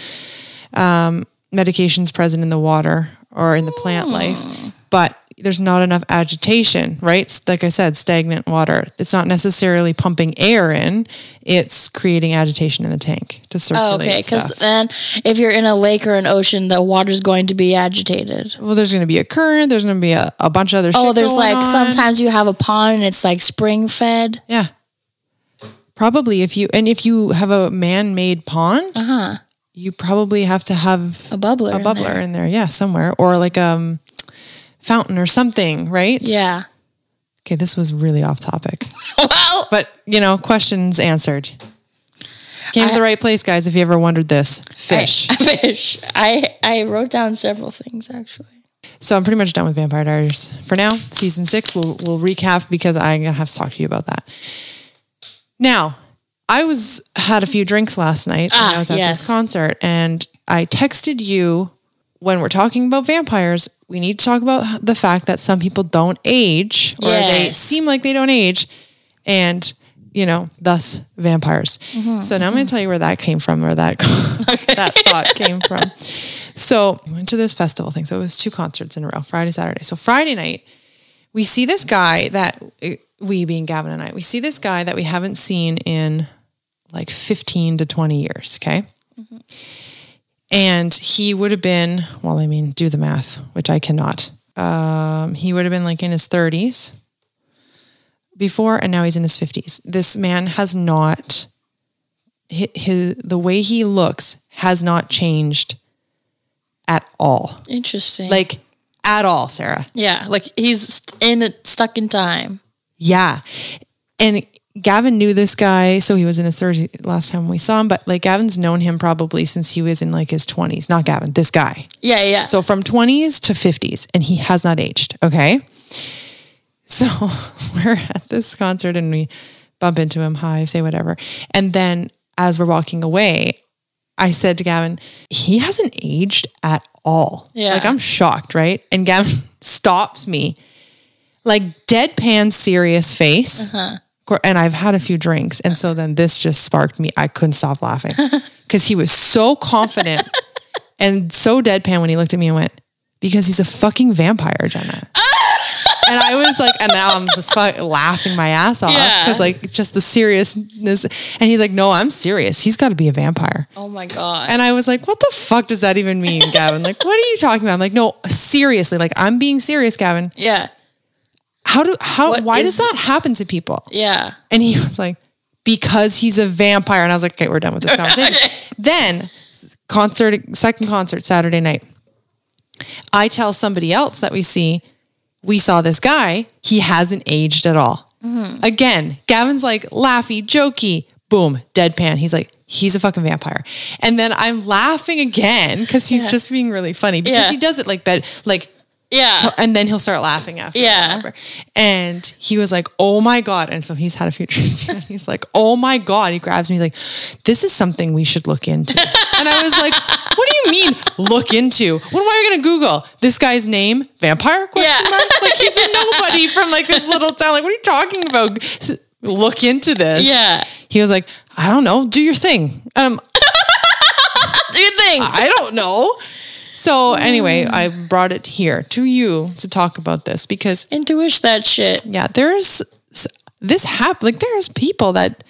[SPEAKER 3] um, medications present in the water or in the plant
[SPEAKER 4] Hmm.
[SPEAKER 3] life. But there's not enough agitation, right? S- Like I said, stagnant water. It's not necessarily pumping air in, it's creating agitation in the tank to circulate.
[SPEAKER 4] Oh, Okay, because
[SPEAKER 3] stuff.
[SPEAKER 4] then if you're in a lake or an ocean, the water's going to be agitated.
[SPEAKER 3] well, there's going to be a current, there's going to be a, a bunch of other
[SPEAKER 4] Oh,
[SPEAKER 3] shit
[SPEAKER 4] there's
[SPEAKER 3] going
[SPEAKER 4] like
[SPEAKER 3] on.
[SPEAKER 4] sometimes you have a pond and it's like spring fed.
[SPEAKER 3] Yeah. Probably if you and if you have a man-made pond, you probably have to have
[SPEAKER 4] A bubbler.
[SPEAKER 3] a
[SPEAKER 4] Uh-huh. in
[SPEAKER 3] bubbler
[SPEAKER 4] there.
[SPEAKER 3] in there, yeah, somewhere, or like um fountain or something, right?
[SPEAKER 4] Yeah.
[SPEAKER 3] Okay, this was really off topic,
[SPEAKER 4] well,
[SPEAKER 3] but you know, questions answered. Came to the right place, guys. If you ever wondered this, fish.
[SPEAKER 4] fish. I I wrote down several things actually.
[SPEAKER 3] so I'm pretty much done with Vampire Diaries for now. Season six, we'll we'll recap because I'm gonna have to talk to you about that. Now, I was had a few drinks last night when
[SPEAKER 4] Ah,
[SPEAKER 3] I was at
[SPEAKER 4] yes.
[SPEAKER 3] this concert, and I texted you when we're talking about vampires. We need to talk about the fact that some people don't age, or they
[SPEAKER 4] Yes.
[SPEAKER 3] seem like they don't age, and you know, thus vampires. So now I'm going to tell you where that came from, where that that thought came from. So I went to this festival thing. So it was two concerts in a row, Friday, Saturday. So Friday night, we see this guy that uh, we being Gavin and I, we see this guy that we haven't seen in like 15 to 20 years. Okay. And he would have been, well, I mean, do the math, which I cannot. Um, he would have been like in his 30s before, and now he's in his 50s. This man has not, his, his, the way he looks has not changed at all.
[SPEAKER 4] Interesting.
[SPEAKER 3] Like, at all, Sarah.
[SPEAKER 4] yeah, like he's st- in it, stuck in time.
[SPEAKER 3] Yeah. And Gavin knew this guy, so he was in his 30s last time we saw him, but like Gavin's known him probably since he was in like his 20s. Not Gavin, this guy.
[SPEAKER 4] Yeah, yeah.
[SPEAKER 3] So from 20s to 50s, and he has not aged. Okay. So we're at this concert and we bump into him, hi, say whatever. And then as we're walking away, I said to Gavin, he hasn't aged at all.
[SPEAKER 4] Yeah.
[SPEAKER 3] Like I'm shocked, right? And Gavin stops me, like deadpan serious face.
[SPEAKER 4] Uh-huh.
[SPEAKER 3] Gr- And I've had a few drinks. And so then this just sparked me. I couldn't stop laughing because he was so confident and so deadpan when he looked at me and went, because he's a fucking vampire, Jenna. and I was like, and now I'm just fu- laughing my ass off
[SPEAKER 4] Yeah.
[SPEAKER 3] because like just the seriousness. And he's like, no, I'm serious. He's got to be a vampire.
[SPEAKER 4] oh my god.
[SPEAKER 3] And I was like, what the fuck does that even mean, Gavin? Like, what are you talking about? I'm like, no, seriously. Like, I'm being serious, Gavin.
[SPEAKER 4] Yeah,
[SPEAKER 3] How do, how,
[SPEAKER 4] What
[SPEAKER 3] why
[SPEAKER 4] is-
[SPEAKER 3] does that happen to people?
[SPEAKER 4] yeah.
[SPEAKER 3] And he was like, because he's a vampire. And I was like, okay, we're done with this conversation. then, concert, second concert, Saturday night. I tell somebody else that we see, we saw this guy, he hasn't aged at all. Again, Gavin's like laughy, jokey, boom, deadpan. He's like, he's a fucking vampire. And then I'm laughing again because he's just being really funny because
[SPEAKER 4] Yeah.
[SPEAKER 3] he does it like bed, like
[SPEAKER 4] Yeah.
[SPEAKER 3] to- and then he'll start laughing after. or
[SPEAKER 4] Yeah.
[SPEAKER 3] whatever. And he was like, "Oh my god!" And so he's had a few drinks. here, and He's like, "Oh my god!" He grabs me. He's like, "This is something we should look into." and I was like, "What do you mean look into? What am I going to Google this guy's name? Vampire? Question
[SPEAKER 4] Yeah.
[SPEAKER 3] mark? Like he's a nobody from like this little town. Like what are you talking about? S- Look into this."
[SPEAKER 4] Yeah.
[SPEAKER 3] He was like, "I don't know. Do your thing." Um,
[SPEAKER 4] Do you think?
[SPEAKER 3] I don't know. So anyway, I brought it here to you to talk about this because
[SPEAKER 4] Intuish that shit.
[SPEAKER 3] yeah, there's this hap like there's people that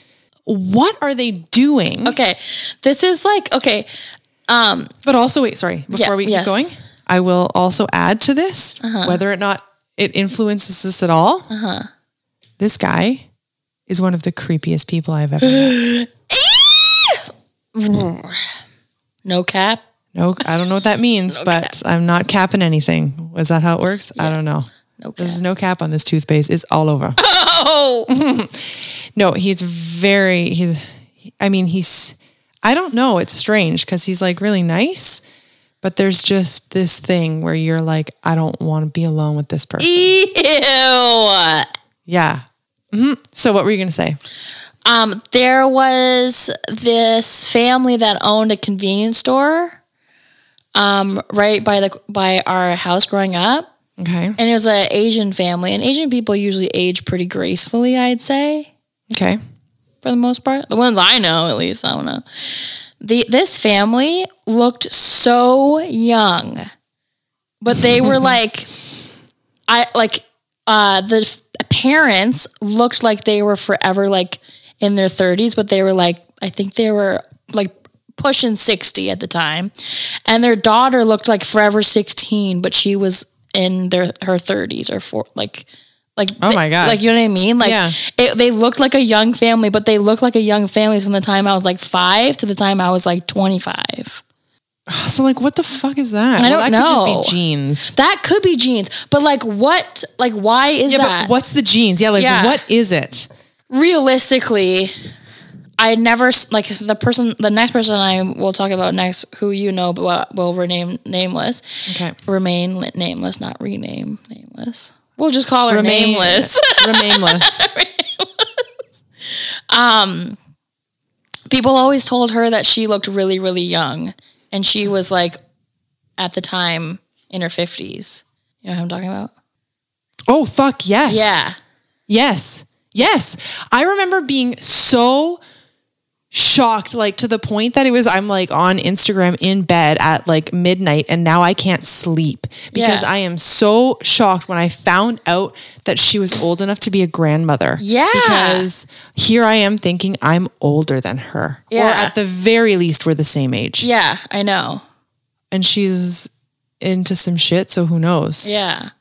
[SPEAKER 3] what are they doing?
[SPEAKER 4] Okay, this is like okay.
[SPEAKER 3] But also wait, sorry, before
[SPEAKER 4] Yeah,
[SPEAKER 3] we keep
[SPEAKER 4] yes. Uh-huh.
[SPEAKER 3] going, I will also add to this whether or not it influences this at all. This guy is one of the creepiest people I've ever met.
[SPEAKER 4] No cap.
[SPEAKER 3] No, I don't know what that means, but I'm not capping anything. Is that how it works? I don't know.
[SPEAKER 4] No cap.
[SPEAKER 3] There's no cap on this toothpaste. It's all over.
[SPEAKER 4] Oh,
[SPEAKER 3] No, he's very he's I mean, he's I don't know, it's strange cuz he's like really nice, but there's just this thing where you're like I don't want to be alone with this person.
[SPEAKER 4] E- Ew.
[SPEAKER 3] yeah. hmm So what were you going to say?
[SPEAKER 4] Um, there was this family that owned a convenience store, um, right by the by our house growing up,
[SPEAKER 3] Okay.
[SPEAKER 4] and it was an Asian family. And Asian people usually age pretty gracefully, I'd say,
[SPEAKER 3] Okay.
[SPEAKER 4] for the most part. The ones I know, at least, I don't know. The this family looked so young, but they were like, I like uh, the f- parents looked like they were forever like in their 30s, but they were like, I think they were like pushing 60 at the time. And their daughter looked like forever 16, but she was in their her 30s or four, like, like,
[SPEAKER 3] Oh my God.
[SPEAKER 4] Like, you know what I mean? Like,
[SPEAKER 3] Yeah.
[SPEAKER 4] it, they looked like a young family, but they looked like a young family from the time I was like five to the time I was like 25.
[SPEAKER 3] So like what the fuck is that?
[SPEAKER 4] I
[SPEAKER 3] Well, that
[SPEAKER 4] don't
[SPEAKER 3] could
[SPEAKER 4] know.
[SPEAKER 3] just be genes.
[SPEAKER 4] That could be genes, but like, what, like, why is
[SPEAKER 3] Yeah,
[SPEAKER 4] that?
[SPEAKER 3] but what's the genes? Yeah, like
[SPEAKER 4] Yeah.
[SPEAKER 3] what is it?
[SPEAKER 4] realistically, I never s- like the person. The next person I will talk about next, who you know, but will rename nameless,
[SPEAKER 3] Okay.
[SPEAKER 4] remain li- nameless, not rename nameless. We'll just call her
[SPEAKER 3] Remain-
[SPEAKER 4] nameless.
[SPEAKER 3] Remainless.
[SPEAKER 4] People always told her that she looked really, really young, and she was like, at the time, in her fifties. You know what I'm talking about?
[SPEAKER 3] oh fuck, yes.
[SPEAKER 4] Yeah.
[SPEAKER 3] Yes. Yes. I remember being so shocked, like to the point that it was, I'm like on Instagram in bed at like midnight and now I can't sleep because
[SPEAKER 4] Yeah.
[SPEAKER 3] I am so shocked when I found out that she was old enough to be a grandmother.
[SPEAKER 4] Yeah.
[SPEAKER 3] Because here I am thinking I'm older than her. Or
[SPEAKER 4] Yeah.
[SPEAKER 3] at the very least, we're the same age.
[SPEAKER 4] Yeah, I know.
[SPEAKER 3] And she's into some shit. So who knows?
[SPEAKER 4] Yeah.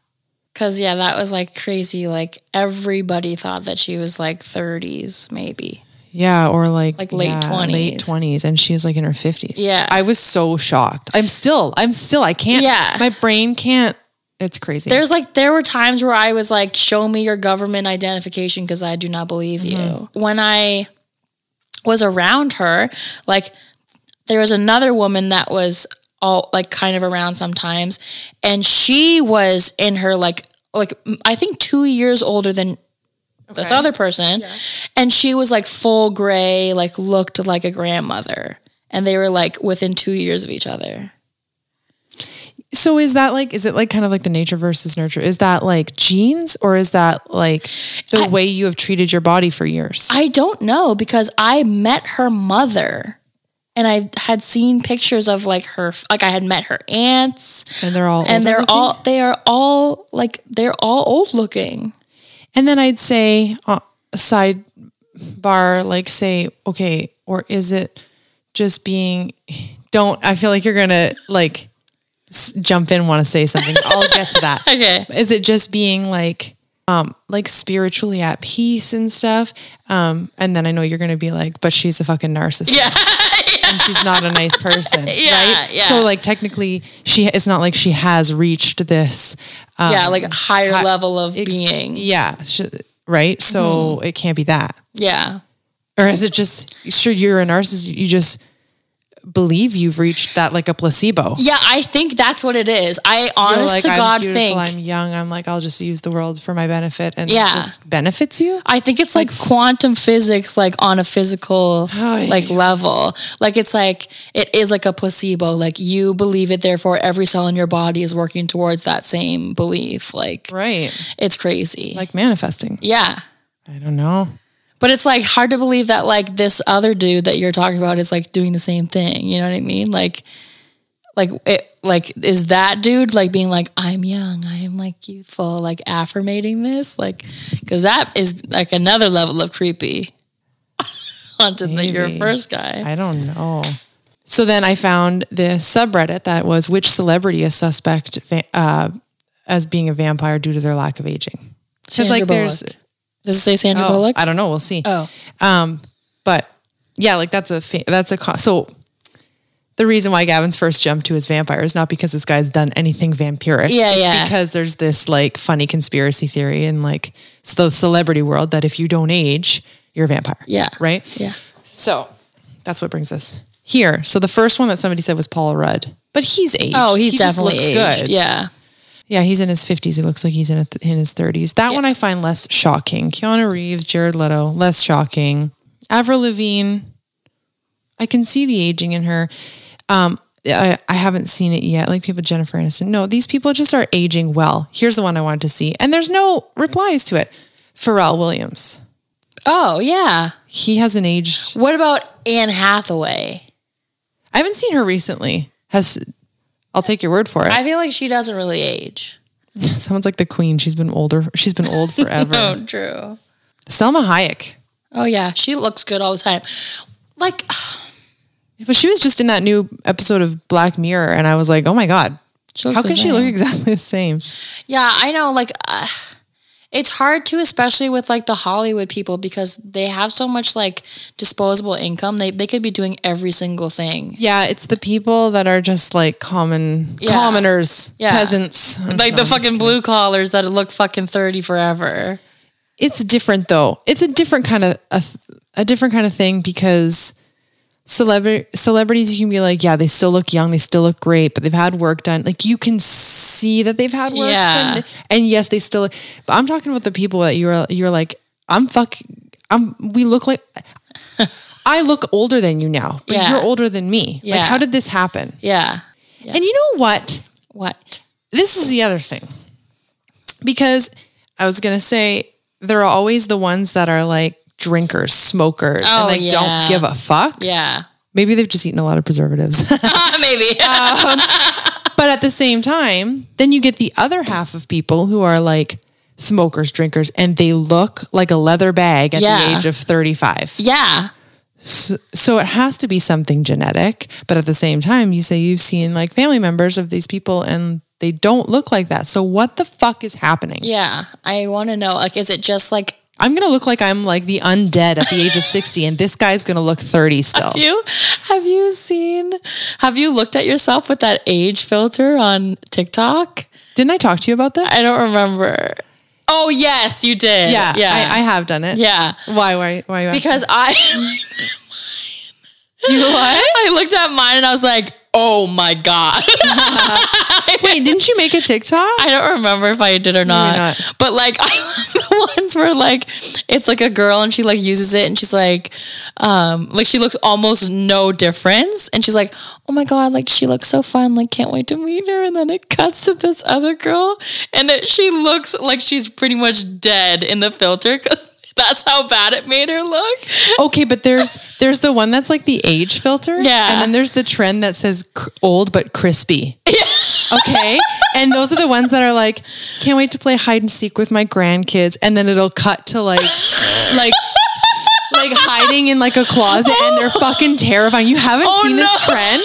[SPEAKER 4] Cause yeah, that was like crazy. Like everybody thought that she was like 30s, maybe.
[SPEAKER 3] Yeah, or like
[SPEAKER 4] Like late
[SPEAKER 3] yeah,
[SPEAKER 4] 20s.
[SPEAKER 3] late twenties, and she's like in her fifties.
[SPEAKER 4] Yeah.
[SPEAKER 3] I was so shocked. I'm still, I'm still, I can't.
[SPEAKER 4] Yeah.
[SPEAKER 3] my brain can't. It's crazy.
[SPEAKER 4] There's like there were times where I was like, "Show me your government identification because I do not believe you." When I was around her, like there was another woman that was all like kind of around sometimes, and she was in her like like m- I think two years older than this other person, and she was like full gray, like looked like a grandmother, and they were like within two years of each other.
[SPEAKER 3] so is that like, is it like kind of like the nature versus nurture? Is that like genes, or is that like the way you have treated your body for years?
[SPEAKER 4] I don't know because I met her mother and I had seen pictures of like her like I had met her aunts
[SPEAKER 3] and they're all,
[SPEAKER 4] and
[SPEAKER 3] older
[SPEAKER 4] they're
[SPEAKER 3] looking?
[SPEAKER 4] all they are all like they're all old looking.
[SPEAKER 3] And then I'd say uh, side bar, like say, okay, or is it just being? Don't I feel like you're gonna like s- jump in, want to say something? I'll get to that.
[SPEAKER 4] Okay.
[SPEAKER 3] Is it just being like, um, like spiritually at peace and stuff? Um, and then I know you're gonna be like, but she's a fucking narcissist.
[SPEAKER 4] Yeah.
[SPEAKER 3] And she's not a nice person,
[SPEAKER 4] Yeah,
[SPEAKER 3] right?
[SPEAKER 4] yeah.
[SPEAKER 3] So like technically, she it's not like she has reached this um,
[SPEAKER 4] yeah, like a higher level of being. Mm-hmm.
[SPEAKER 3] yeah, sh- right. So it can't be that,
[SPEAKER 4] Yeah.
[SPEAKER 3] or is it just sure you're a narcissist? You just believe you've reached that like a placebo.
[SPEAKER 4] Yeah, I think that's what it is. I
[SPEAKER 3] You're
[SPEAKER 4] honest
[SPEAKER 3] like,
[SPEAKER 4] to
[SPEAKER 3] I'm
[SPEAKER 4] God
[SPEAKER 3] beautiful,
[SPEAKER 4] think
[SPEAKER 3] I'm young. I'm like I'll just use the world for my benefit, and
[SPEAKER 4] Yeah.
[SPEAKER 3] it just benefits you.
[SPEAKER 4] I think it's like quantum physics, like on a physical
[SPEAKER 3] Ay.
[SPEAKER 4] like level. Like it's like it is like a placebo. Like you believe it, therefore every cell in your body is working towards that same belief. Like
[SPEAKER 3] Right,
[SPEAKER 4] it's crazy.
[SPEAKER 3] like manifesting.
[SPEAKER 4] yeah.
[SPEAKER 3] I don't know.
[SPEAKER 4] But it's like hard to believe that like this other dude that you're talking about is like doing the same thing. You know what I mean? Like like it like is that dude like being like I'm young, I am like youthful, like affirmating this? Like cuz that is like another level of creepy onto the, your
[SPEAKER 3] Maybe.
[SPEAKER 4] first guy.
[SPEAKER 3] I don't know. So then I found this subreddit that was which celebrity is suspect va- uh, as being a vampire due to their lack of aging. Because
[SPEAKER 4] Sandra
[SPEAKER 3] like there's
[SPEAKER 4] Bullock. Does it say Sandra
[SPEAKER 3] Oh,
[SPEAKER 4] Bullock?
[SPEAKER 3] I don't know. We'll see.
[SPEAKER 4] oh.
[SPEAKER 3] But yeah, like that's a fa- that's a co- so. The reason why Gavin's first jump to his vampire is not because this guy's done anything vampiric.
[SPEAKER 4] Yeah,
[SPEAKER 3] it's
[SPEAKER 4] yeah.
[SPEAKER 3] Because there's this like funny conspiracy theory in like s- the celebrity world that if you don't age, you're a vampire.
[SPEAKER 4] Yeah.
[SPEAKER 3] Right?
[SPEAKER 4] Yeah.
[SPEAKER 3] So that's what brings us here. So the first one that somebody said was Paul Rudd, but he's aged.
[SPEAKER 4] Oh, he's
[SPEAKER 3] He just
[SPEAKER 4] definitely
[SPEAKER 3] looks
[SPEAKER 4] aged. Yeah.
[SPEAKER 3] Yeah, he's in his 50s. He looks like he's in, a th- in his 30s. That one I find less shocking. Keanu Reeves, Jared Leto, less shocking. Avril Lavigne, I can see the aging in her. Um, I, I haven't seen it yet. Like people, Jennifer Aniston. No, these people just are aging well. Here's the one I wanted to see. And there's no replies to it. Pharrell Williams.
[SPEAKER 4] Oh, yeah.
[SPEAKER 3] He hasn't aged.
[SPEAKER 4] What about Anne Hathaway?
[SPEAKER 3] I haven't seen her recently. Has I'll take your word for it.
[SPEAKER 4] I feel like she doesn't really age.
[SPEAKER 3] Someone's like the queen. She's been older. She's been old forever.
[SPEAKER 4] Oh, true.
[SPEAKER 3] Selma Hayek.
[SPEAKER 4] Oh, yeah. She looks good all the time. Like,
[SPEAKER 3] But she was just in that new episode of Black Mirror, and I was like, oh my God,
[SPEAKER 4] she looks
[SPEAKER 3] how
[SPEAKER 4] the
[SPEAKER 3] can she
[SPEAKER 4] same.
[SPEAKER 3] look exactly the same?
[SPEAKER 4] Yeah, I know. Like, uh, it's hard to, especially with like the Hollywood people, because they have so much like disposable income. They they could be doing every single thing.
[SPEAKER 3] Yeah, it's the people that are just like common
[SPEAKER 4] Yeah.
[SPEAKER 3] commoners,
[SPEAKER 4] Yeah.
[SPEAKER 3] peasants.
[SPEAKER 4] Like the fucking blue collars that look fucking thirty forever.
[SPEAKER 3] It's different though. It's a different kind of a, a different kind of thing because celebrity celebrities, you can be like, yeah, they still look young, they still look great, but they've had work done. Like you can see that they've had work
[SPEAKER 4] Yeah.
[SPEAKER 3] done, and yes, they still. But I'm talking about the people that you're you're like, I'm fucking, I'm. We look like. I look older than you now, but
[SPEAKER 4] Yeah.
[SPEAKER 3] you're older than me. Like,
[SPEAKER 4] Yeah.
[SPEAKER 3] how did this happen?
[SPEAKER 4] Yeah.
[SPEAKER 3] And you know what?
[SPEAKER 4] What?
[SPEAKER 3] this is the other thing because i was going to say there are always the ones that are like drinkers smokers
[SPEAKER 4] Oh,
[SPEAKER 3] and like
[SPEAKER 4] yeah.
[SPEAKER 3] don't give a fuck
[SPEAKER 4] Yeah.
[SPEAKER 3] maybe they've just eaten a lot of preservatives
[SPEAKER 4] Maybe.
[SPEAKER 3] but at the same time then you get the other half of people who are like smokers drinkers and they look like a leather bag at the
[SPEAKER 4] Yeah.
[SPEAKER 3] age of 35
[SPEAKER 4] yeah.
[SPEAKER 3] so it has to be something genetic but at the same time you say you've seen like family members of these people and they don't look like that so what the fuck is happening
[SPEAKER 4] Yeah. I want to know. Like, is it just like
[SPEAKER 3] I'm gonna look like I'm like the undead at the age of 60, and this guy's gonna look 30 still.
[SPEAKER 4] you? Have you seen? Have you looked at yourself with that age filter on TikTok?
[SPEAKER 3] Didn't I talk to you about this?
[SPEAKER 4] I don't remember. Oh yes, you did.
[SPEAKER 3] Yeah,
[SPEAKER 4] Yeah.
[SPEAKER 3] I, I have done it.
[SPEAKER 4] yeah.
[SPEAKER 3] Why? Why? Why? you
[SPEAKER 4] Because I
[SPEAKER 3] asking? you what?
[SPEAKER 4] I looked at mine and I was like, oh my God.
[SPEAKER 3] Wait, didn't you make a TikTok?
[SPEAKER 4] I don't remember if I did or not.
[SPEAKER 3] not.
[SPEAKER 4] But like I the ones where like it's like a girl and she like uses it and she's like um like she looks almost no difference and she's like, Oh my god, like she looks so fun, like can't wait to meet her and then it cuts to this other girl and that she looks like she's pretty much dead in the filter 'cause that's how bad it made her look.
[SPEAKER 3] okay, but there's there's the one that's like the age filter.
[SPEAKER 4] Yeah.
[SPEAKER 3] And then there's the trend that says cr- old but crispy. okay. And those are the ones that are like, can't wait to play hide and seek with my grandkids, and then it'll cut to like, like. Like hiding in like a closet, and they're
[SPEAKER 4] Oh.
[SPEAKER 3] fucking terrifying. You haven't seen this
[SPEAKER 4] no.
[SPEAKER 3] trend?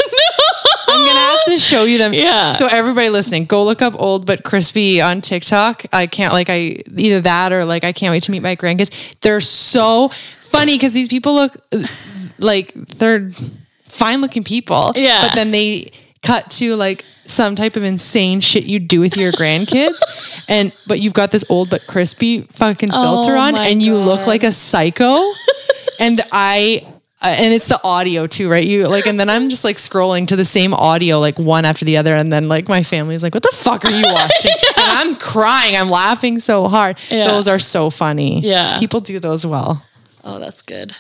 [SPEAKER 3] I'm gonna have to show you them.
[SPEAKER 4] Yeah.
[SPEAKER 3] So everybody listening, go look up old but crispy on TikTok. I can't like I either that or like I can't wait to meet my grandkids. They're so funny because these people look uh, like they're fine looking people.
[SPEAKER 4] Yeah.
[SPEAKER 3] But then they cut to like some type of insane shit you do with your grandkids and but you've got this old but crispy fucking filter
[SPEAKER 4] Oh
[SPEAKER 3] on
[SPEAKER 4] my
[SPEAKER 3] and you look like a psycho and I uh, and it's the audio too, right? You like, and then I'm just like scrolling to the same audio, like one after the other, and then like my family's like, "What the fuck are you watching?" And I'm crying, I'm laughing so hard.
[SPEAKER 4] Yeah.
[SPEAKER 3] Those are so funny.
[SPEAKER 4] Yeah.
[SPEAKER 3] people do those well.
[SPEAKER 4] Oh, that's good.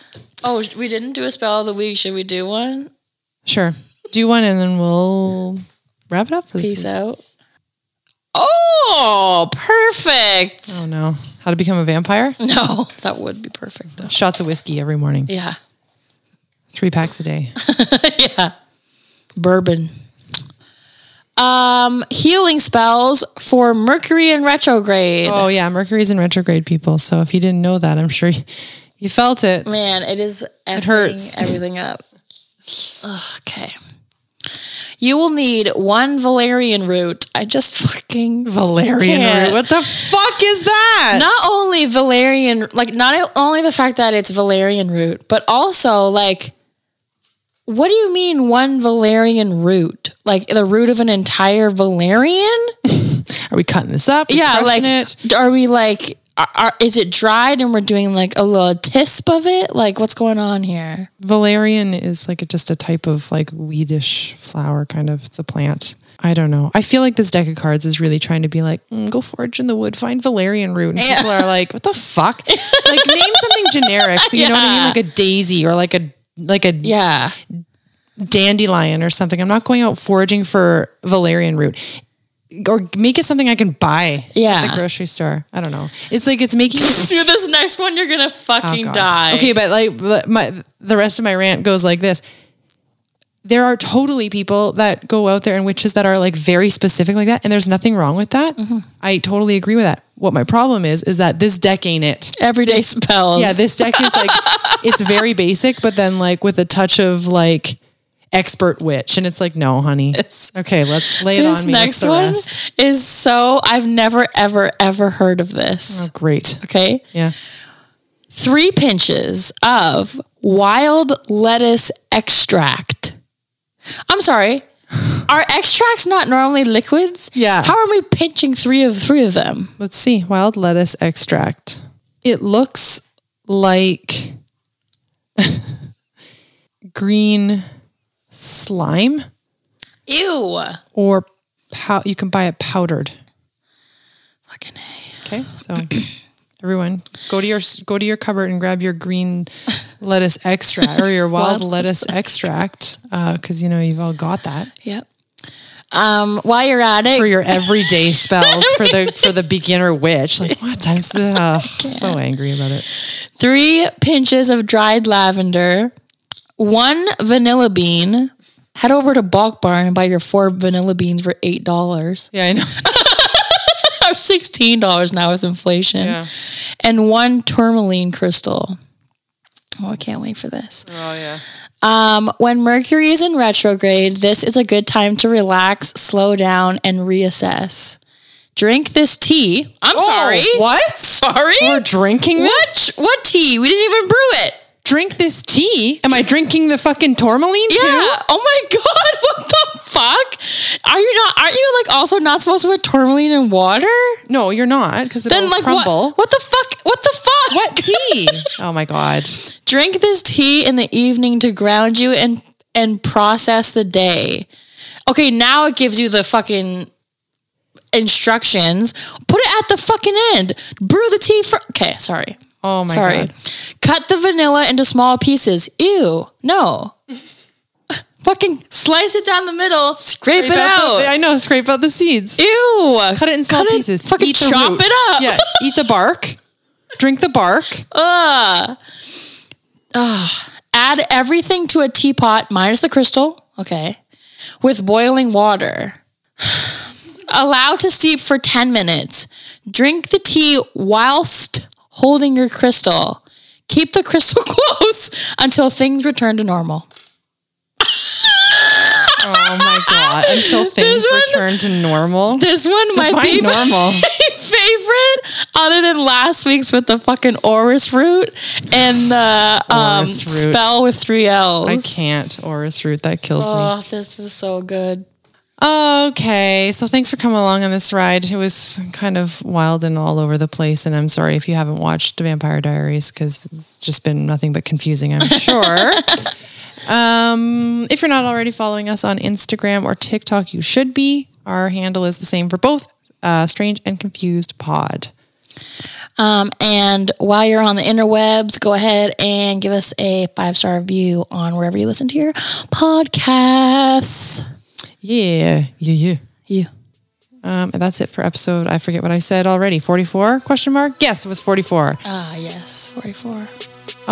[SPEAKER 4] Oh, sh- we didn't do a spell of the week. Should we do one?
[SPEAKER 3] Sure, do one, and then we'll wrap it up for this.
[SPEAKER 4] Peace
[SPEAKER 3] week.
[SPEAKER 4] out. Oh, perfect.
[SPEAKER 3] Oh no, how to become a vampire?
[SPEAKER 4] Oh. No, that would be perfect. Though.
[SPEAKER 3] Shots of whiskey every morning,
[SPEAKER 4] Yeah.
[SPEAKER 3] three packs a day.
[SPEAKER 4] yeah. Bourbon. Um, healing spells for Mercury in retrograde.
[SPEAKER 3] Oh yeah, Mercury's in retrograde, people. So if you didn't know that, I'm sure you, you felt it.
[SPEAKER 4] Oh, Man, it is effing
[SPEAKER 3] hurts.
[SPEAKER 4] everything up. Ugh, okay. You will need one Valerian root. I just fucking
[SPEAKER 3] Valerian
[SPEAKER 4] Can't.
[SPEAKER 3] root. What the fuck is that?
[SPEAKER 4] not only valerian like not only the fact that it's valerian root but also like what do you mean one valerian root like the root of an entire valerian
[SPEAKER 3] Are we cutting this up? Are we
[SPEAKER 4] yeah
[SPEAKER 3] crushing
[SPEAKER 4] like
[SPEAKER 3] it?
[SPEAKER 4] are we like are, are, is it dried and we're doing like a little tisp of it? Like what's going on here?
[SPEAKER 3] Valerian is like a, just a type of like weedish flower, kind of. It's a plant. I don't know. I feel like this deck of cards is really trying to be like, "Mm, go forage in the wood, find valerian root, and people are like, "What the fuck?" like name something generic. You know what I mean? Like a daisy or like a like a
[SPEAKER 4] Yeah.
[SPEAKER 3] dandelion or something. I'm not going out foraging for valerian root. Or make it something I can buy at
[SPEAKER 4] Yeah.
[SPEAKER 3] the grocery store. I don't know. It's like it's making me
[SPEAKER 4] Dude, this next one you're gonna fucking
[SPEAKER 3] God.
[SPEAKER 4] die.
[SPEAKER 3] Okay, but like but my the rest of my rant goes like this. There are totally people that go out there and witches that are like very specific like that, and there's nothing wrong with that.
[SPEAKER 4] Mm-hmm.
[SPEAKER 3] I totally agree with that. What my problem is is that this deck ain't it.
[SPEAKER 4] Everyday spells.
[SPEAKER 3] Yeah, this deck is like it's very basic, but then like with a touch of like expert witch, and it's like no, honey.
[SPEAKER 4] It's-
[SPEAKER 3] okay, let's lay it
[SPEAKER 4] this
[SPEAKER 3] on me. Next
[SPEAKER 4] next
[SPEAKER 3] the
[SPEAKER 4] one
[SPEAKER 3] Rest.
[SPEAKER 4] is so I've never ever ever heard of this.
[SPEAKER 3] Great.
[SPEAKER 4] Okay.
[SPEAKER 3] Yeah.
[SPEAKER 4] Three pinches of wild lettuce extract. I'm sorry. Are extracts not normally liquids?
[SPEAKER 3] Yeah.
[SPEAKER 4] How are we pinching three of three of them?
[SPEAKER 3] Let's see. Wild lettuce extract. It looks like green slime
[SPEAKER 4] Ew.
[SPEAKER 3] or pow- you can buy it powdered.
[SPEAKER 4] Fucking A.
[SPEAKER 3] Okay? So everyone go to your go to your cupboard and grab your green lettuce extract or your wild lettuce extract uh, cuz you know you've all got that
[SPEAKER 4] Yep. Um, while you're at it,
[SPEAKER 3] for your everyday spells for the for the beginner witch. Like what? I'm so, ugh, so angry about it.
[SPEAKER 4] three pinches of dried lavender, one vanilla bean. Head over to Bulk Barn and buy your four vanilla beans for eight dollars
[SPEAKER 3] Yeah, I know.
[SPEAKER 4] or sixteen dollars now with inflation,
[SPEAKER 3] Yeah.
[SPEAKER 4] and one tourmaline crystal. Oh, I can't wait for this.
[SPEAKER 3] Oh yeah.
[SPEAKER 4] Um, when Mercury is in retrograde, this is a good time to relax, slow down, and reassess. Drink this tea. I'm sorry.
[SPEAKER 3] Oh, What?
[SPEAKER 4] Sorry?
[SPEAKER 3] We're drinking this?
[SPEAKER 4] What? What tea? We didn't even brew it.
[SPEAKER 3] Drink this tea? Am I drinking the fucking tourmaline
[SPEAKER 4] Yeah.
[SPEAKER 3] too?
[SPEAKER 4] Oh my god. What the fuck? Are you not? Aren't you like also not supposed to put tourmaline in water?
[SPEAKER 3] No, you're not, because it'll
[SPEAKER 4] Then like
[SPEAKER 3] crumble.
[SPEAKER 4] what? What the fuck? What the fuck?
[SPEAKER 3] What tea? oh my god.
[SPEAKER 4] Drink this tea in the evening to ground you and and process the day. Okay, now it gives you the fucking instructions. Put it at the fucking end. Brew the tea for. Okay, sorry.
[SPEAKER 3] Oh my
[SPEAKER 4] sorry.
[SPEAKER 3] god.
[SPEAKER 4] Cut the vanilla into small pieces. Ew. No. fucking slice it down the middle. Scrape, it
[SPEAKER 3] Scrape out
[SPEAKER 4] out.
[SPEAKER 3] the- I know, scrape out the seeds.
[SPEAKER 4] Ew.
[SPEAKER 3] Cut it in small pieces.
[SPEAKER 4] Fucking
[SPEAKER 3] Eat the
[SPEAKER 4] chop
[SPEAKER 3] root.
[SPEAKER 4] it up.
[SPEAKER 3] Yeah. Eat the bark. Drink the bark.
[SPEAKER 4] Add everything to a teapot minus the crystal, okay, with boiling water. Allow to steep for 10 minutes. Drink the tea whilst holding your crystal. Keep the crystal close until things return to normal.
[SPEAKER 3] Oh my god. Until things
[SPEAKER 4] one-
[SPEAKER 3] return to normal.
[SPEAKER 4] This one might
[SPEAKER 3] Define
[SPEAKER 4] be
[SPEAKER 3] normal.
[SPEAKER 4] my favorite, other than last week's with the fucking Oris root and the um,
[SPEAKER 3] Orris root.
[SPEAKER 4] spell with three L's.
[SPEAKER 3] I can't. Orris root. That kills me.
[SPEAKER 4] Oh, this was so good.
[SPEAKER 3] Oh, Okay, so thanks for coming along on this ride. It was kind of wild and all over the place, and I'm sorry if you haven't watched Vampire Diaries because it's just been nothing but confusing, I'm sure. um, if you're not already following us on Instagram or TikTok, you should be. Our handle is the same for both uh, Strange and Confused Pod.
[SPEAKER 4] Um, and while you're on the interwebs, go ahead and give us a five star review on wherever you listen to your podcasts.
[SPEAKER 3] Yeah, yeah, yeah.
[SPEAKER 4] You.
[SPEAKER 3] Um, and that's it for episode. I forget what I said already. 44? Question mark? Yes, it was 44.
[SPEAKER 4] Ah, yes, 44.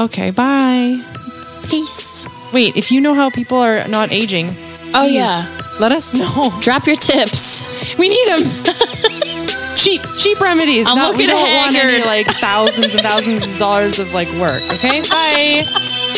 [SPEAKER 3] Okay, bye.
[SPEAKER 4] Peace.
[SPEAKER 3] Wait, if you know how people are not aging,
[SPEAKER 4] Oh,
[SPEAKER 3] please
[SPEAKER 4] yeah.
[SPEAKER 3] let us know.
[SPEAKER 4] Drop your tips.
[SPEAKER 3] We need them. cheap, cheap remedies.
[SPEAKER 4] I'm
[SPEAKER 3] not, we don't
[SPEAKER 4] looking
[SPEAKER 3] want any
[SPEAKER 4] haggard.
[SPEAKER 3] like thousands and thousands of dollars of like work. Okay, bye.